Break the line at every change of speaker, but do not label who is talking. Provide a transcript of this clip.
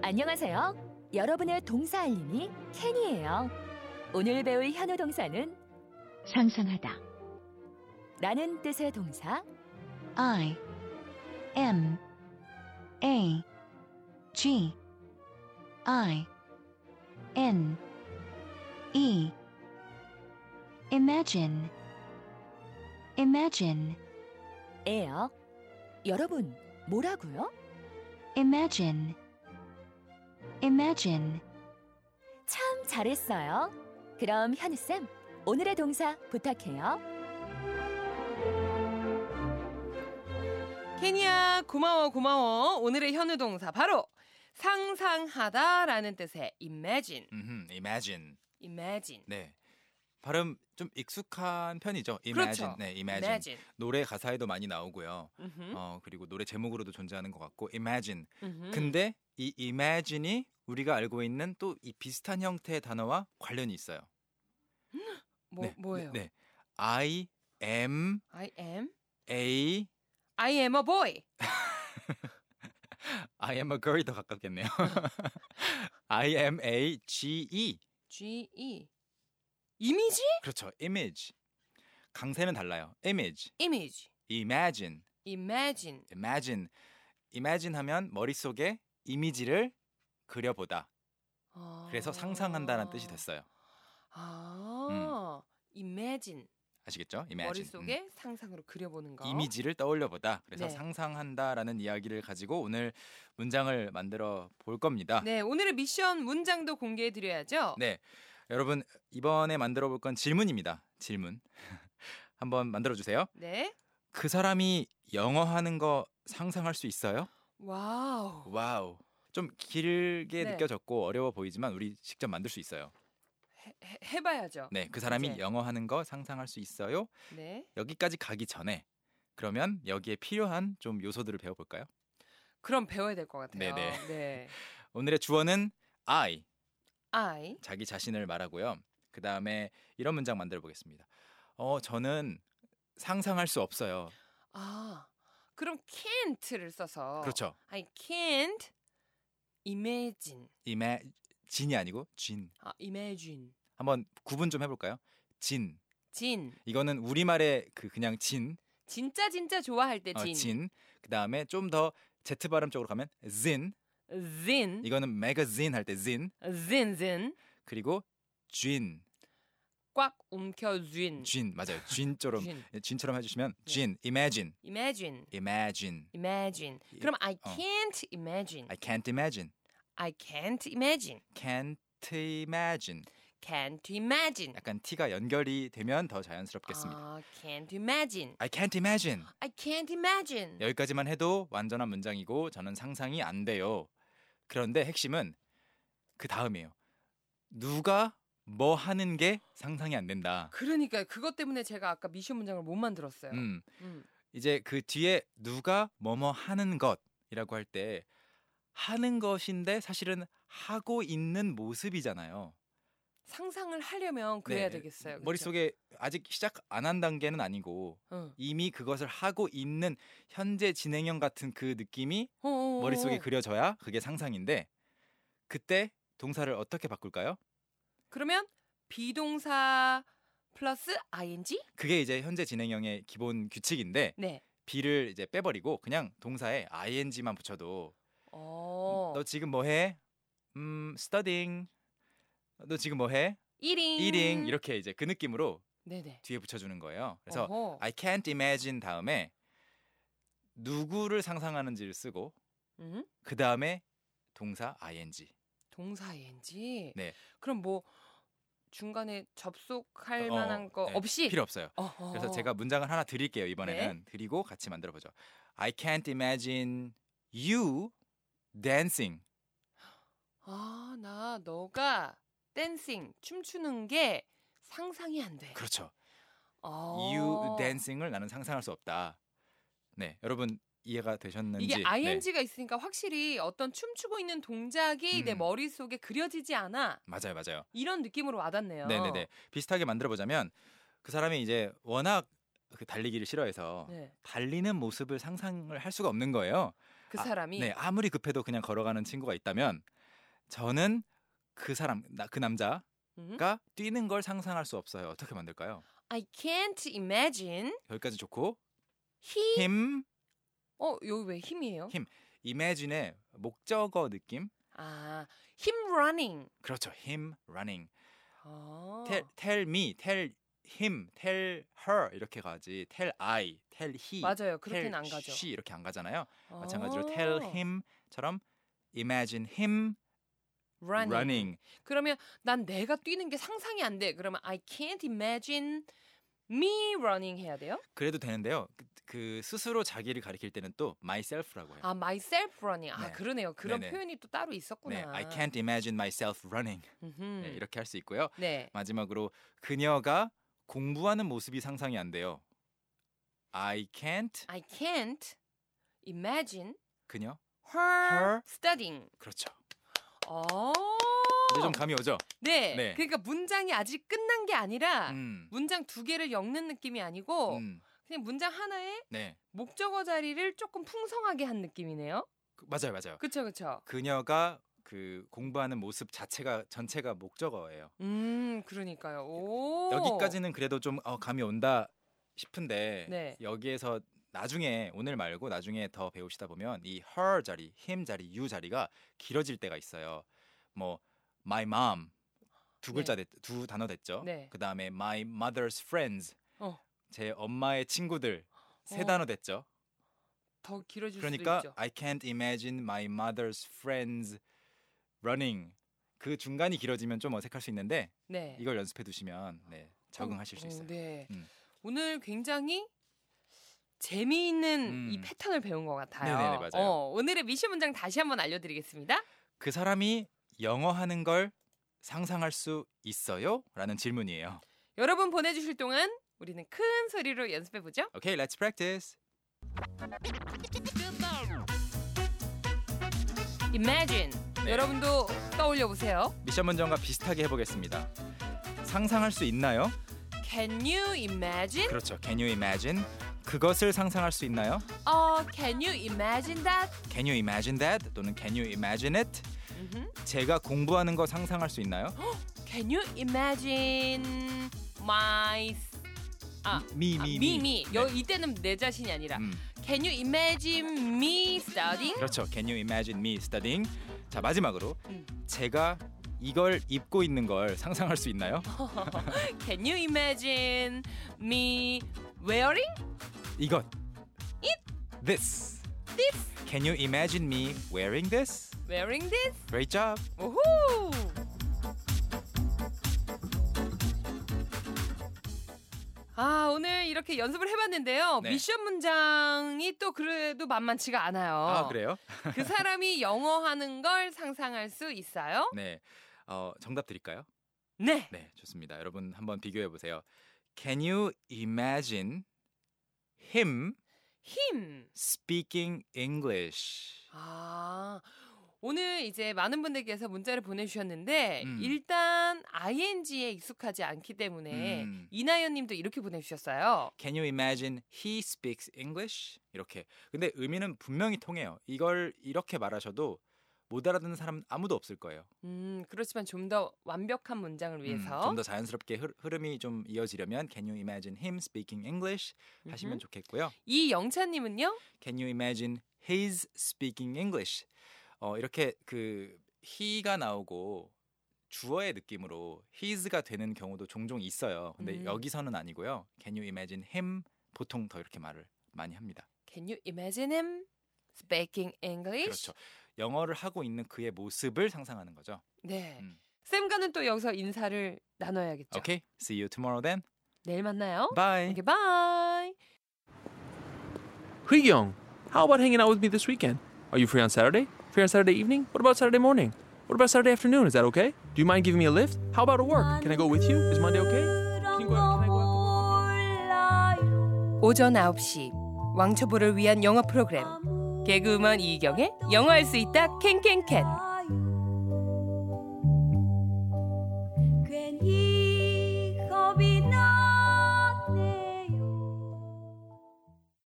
안녕하세요. 여러분의 동사 알림이 캔이에요. 오늘 배울 현우 동사는
상상하다.
라는 뜻의 동사
I M A G I N E Imagine Imagine
예요. 여러분, 뭐라고요?
Imagine Imagine
참 잘했어요. 그럼 현우쌤, 오늘의 동사 부탁해요.
케냐 고마워 고마워 오늘의 현우 동사 바로 상상하다라는 뜻의 imagine
음, imagine.
imagine
네. 발음 좀 익숙한 편이죠.
그렇죠.
imagine. 네, imagine.
imagine
노래 가사에도 많이 나오고요.
음흠,
어, 그리고 노래 제목으로도 존재하는 것 같고 imagine.
음흠.
근데 이 imagine이 우리가 알고 있는 또 이 비슷한 형태의 단어와 관련이 있어요.
뭐 뭐예요?
네. 네. I am
I am
a
I am a boy
I am a girl이 더 가깝겠네요. I am a G E.
G E 이미지
그렇죠. image. 강세는 달라요. image.
이미지
imagine.
imagine
imagine imagine 하면 머릿속에 이미지를 그려보다.
아.
그래서 상상한다는 뜻이 됐어요.
아 imagine
아시겠죠? imagine.
머릿속에 상상으로 그려보는 거
음. 이미지를 떠올려보다. 그래서
네.
상상한다라는 이야기를 가지고 오늘 문장을 만들어 볼 겁니다.
네 오늘의 미션 문장도 공개해 드려야죠
아. 네. 여러분 이번에 만들어 볼 건 질문입니다. 질문. 한번 만들어 주세요.
네
그 사람이 영어 하는 거 상상할 수 있어요?
와우
와우. 좀 길게
네.
느껴졌고 어려워 보이지만 우리 직접 만들 수 있어요.
해- 해봐야죠.
네, 그 사람이
이제.
영어 하는 거 상상할 수 있어요.
네.
여기까지 가기 전에 그러면 여기에 필요한 좀 요소들을 배워볼까요?
그럼 배워야 될 것 같아요.
네네.
네.
오늘의 주어는 I
I
자기 자신을 말하고요. 그 다음에 이런 문장 만들어 보겠습니다. 어, 저는 상상할 수 없어요.
아 그럼 can't를 써서
그렇죠.
I can't imagine.
이메 진이 아니고 진.
아 imagine.
한번 구분 좀 해볼까요? 진.
진
이거는 우리 말의 그 그냥 진.
진짜 진짜 좋아할 때
어,
진.
진. 그 다음에 좀 더 Z 발음 쪽으로 가면 zin.
진.
이거는 매거진 할 때 zin.
진. 진.
그리고 쥔.
꽉 움켜 쥔.
쥔 맞아요. 쥔처럼
쥔.
쥔처럼 예, 해주시면
네.
쥔 imagine
imagine.
imagine
imagine.
이-
그럼 I
어.
can't imagine.
I can't imagine
I can't imagine.
can't imagine
can't imagine.
약간 t가 연결이 되면 더 자연스럽겠습니다.
아, can't imagine.
I can't imagine
I can't imagine.
여기까지만 해도 완전한 문장이고 저는 상상이 안 돼요. 그런데 핵심은 그 다음이에요. 누가 뭐 하는 게 상상이 안 된다.
그러니까 그것 때문에 제가 아까 미션 문장을 못 만들었어요.
음
음.
이제 그 뒤에 누가 뭐뭐 하는 것이라고 할 때 하는 것인데 사실은 하고 있는 모습이잖아요.
상상을 하려면 그래야
네,
되겠어요. 그쵸?
머릿속에 아직 시작 안 한 단계는 아니고
어.
이미 그것을 하고 있는 현재 진행형 같은 그 느낌이
어, 어, 어,
머릿속에
어.
그려져야 그게 상상인데 그때 동사를 어떻게 바꿀까요?
그러면 비동사 플러스 ing?
그게 이제 현재 진행형의 기본 규칙인데
네.
be를 이제 빼버리고 그냥 동사에 ing만 붙여도
어.
너 지금 뭐 해? 음, studying. 너 지금 뭐 해?
eating.
eating. 이렇게 이제 그 느낌으로
네네.
뒤에 붙여 주는 거예요. 그래서 아
어허.
I can't imagine 다음에 누구를 상상하는지를 쓰고
음?
그 다음에 동사 ing.
동사 ing.
네.
그럼 뭐 중간에 접속할
어,
만한 거
네,
없이
필요 없어요.
어허. 네.
그래서 제가 문장을 하나 드릴게요 이번에는 드리고 같이 만들어 보죠. I can't imagine you dancing.
아, 나 너가 댄싱 춤추는 게 상상이 안 돼.
그렇죠.
어.
you dancing을 나는 상상할 수 없다. 네, 여러분 이해가 되셨는지.
이게
네,
ing가 있으니까 확실히 어떤 춤추고 있는 동작이 내
음.
머릿속에 그려지지 않아
맞아요, 맞아요.
이런 느낌으로 와닿네요.
네네네. 비슷하게 만들어 보자면 그 사람이 이제 워낙 그 달리기를 싫어해서
네.
달리는 모습을 상상을 할 수가 없는 거예요.
그
아,
사람이
네, 아무리 급해도 그냥 걸어가는 친구가 있다면 저는 그 사람 나, 그 남자가
음.
뛰는 걸 상상할 수 없어요. 어떻게 만들까요?
I can't imagine
여기까지 좋고
he.
힘
어 여기 왜 힘이에요?
힘. imagine의 목적어 느낌
아 him running.
그렇죠. him running
어.
tell, tell me tell him tell her 이렇게 가지 tell I tell he
맞아요.
tell
그렇게는 안 가죠.
she 이렇게 안 가잖아요.
어.
마찬가지로 tell him처럼 imagine him
running.
running.
그러면 난 내가 뛰는 게 상상이 안 돼. 그러면 I can't imagine me running 해야 돼요?
그래도 되는데요. 그, 그 스스로 자기를 가리킬 때는 또 myself라고 해요.
아 myself running. 아
네.
그러네요. 그런
네네.
표현이 또 따로 있었구나.
네, I can't imagine myself running.
아, 음흠.
네, 이렇게 할 수 있고요.
네.
마지막으로 그녀가 공부하는 모습이 상상이 안 돼요. I can't
I can't imagine
그녀
her,
Her.
studying.
그렇죠.
어.
이제 좀 감이 오죠.
네.
네.
그러니까 문장이 아직 끝난 게 아니라
음,
문장 두 개를 엮는 느낌이 아니고
음,
그냥 문장 하나에
네
목적어 자리를 조금 풍성하게 한 느낌이네요.
그- 맞아요, 맞아요.
그쵸그쵸
그녀가 그 공부하는 모습 자체가 전체가 목적어예요.
음, 그러니까요. 오.
여기까지는 그래도 좀 어, 감이 온다 싶은데
네.
여기에서 나중에 오늘 말고 나중에 더 배우시다 보면 이 her 자리, him 자리, you 자리가 길어질 때가 있어요. 뭐 my mom 두
네.
글자 됐, 두 단어 됐죠.
네.
그 다음에 my mother's friends
어.
제 엄마의 친구들 세
어.
단어 됐죠.
더 길어질
그러니까
수도 있죠.
I can't imagine my mother's friends running 그 중간이 길어지면 좀 어색할 수 있는데
네.
이걸 연습해 두시면 네, 적응하실 수
어,
있어요.
네.
음.
오늘 굉장히 재미있는 이
음.
패턴을 배운 것 같아요.
네네네, 맞아요.
어, 오늘의 미션 문장 다시 한번 알려드리겠습니다.
그 사람이 영어 하는 걸 상상할 수 있어요? 라는 질문이에요.
여러분 보내주실 동안 우리는 큰 소리로 연습해 보죠.
오케이, okay, let's practice.
Imagine.
네.
여러분도 떠올려 보세요.
미션 문장과 비슷하게 해보겠습니다. 상상할 수 있나요?
Can you imagine?
그렇죠. Can you imagine? 그것을 상상할 수 있나요?
어, can you imagine that?
Can you imagine that? 또는 Can you imagine it?
음흠.
제가 공부하는 거 상상할 수 있나요?
Can you imagine my 아,
미,
아,
미,
me,
미.
me.
네.
여, 이때는 내 자신이 아니라
음,
Can you imagine me studying?
그렇죠. Can you imagine me studying? 자, 마지막으로
음.
제가 이걸 입고 있는 걸 상상할 수 있나요?
Can you imagine me wearing?
이것. It. This.
This.
Can you imagine me wearing this?
Wearing this?
Great job.
오호! 아 오늘 이렇게 연습을 해봤는데요.
네.
미션 문장이 또 그래도 만만치가 않아요.
아 그래요?
그 사람이 영어 하는 걸 상상할 수 있어요?
네. 어, 정답 드릴까요?
네.
네, 좋습니다. 여러분 한번 비교해 보세요. Can you imagine him
힘.
speaking English?
아 오늘 이제 많은 분들께서 문자를 보내주셨는데
음.
일단 ing에 익숙하지 않기 때문에
음.
이나연님도 이렇게 보내주셨어요.
Can you imagine he speaks English? 이렇게. 근데 의미는 분명히 통해요. 이걸 이렇게 말하셔도 못 알아듣는 사람은 아무도 없을 거예요.
음 그렇지만 좀 더 완벽한 문장을 위해서
음, 좀 더 자연스럽게 흐, 흐름이 좀 이어지려면 Can you imagine him speaking English? 하시면
음흠.
좋겠고요.
이 영찬님은요?
Can you imagine he's speaking English? 어, 이렇게 그 he가 나오고 주어의 느낌으로 his가 되는 경우도 종종 있어요. 근데
음.
여기서는 아니고요. Can you imagine him? 보통 더 이렇게 말을 많이 합니다.
Can you imagine him speaking English?
그렇죠. 영어를 하고 있는 그의 모습을 상상하는 거죠.
네.
음.
쌤과는 또 여기서 인사를 나눠야겠죠.
Okay, see you tomorrow then.
내일 만나요.
Bye.
오케이, 바이.
Young, how about hanging out with me this weekend? Are you free on Saturday? Free on Saturday evening? What about Saturday morning? What about Saturday afternoon? Is that okay? Do you mind giving me a lift? How about at work? Can I go with you? Is Monday okay? Can you go out? Can I go out?
오전 9시 왕초보를 위한 영어 프로그램 개그우먼 이경의 영어할 수 있다 캔캔캔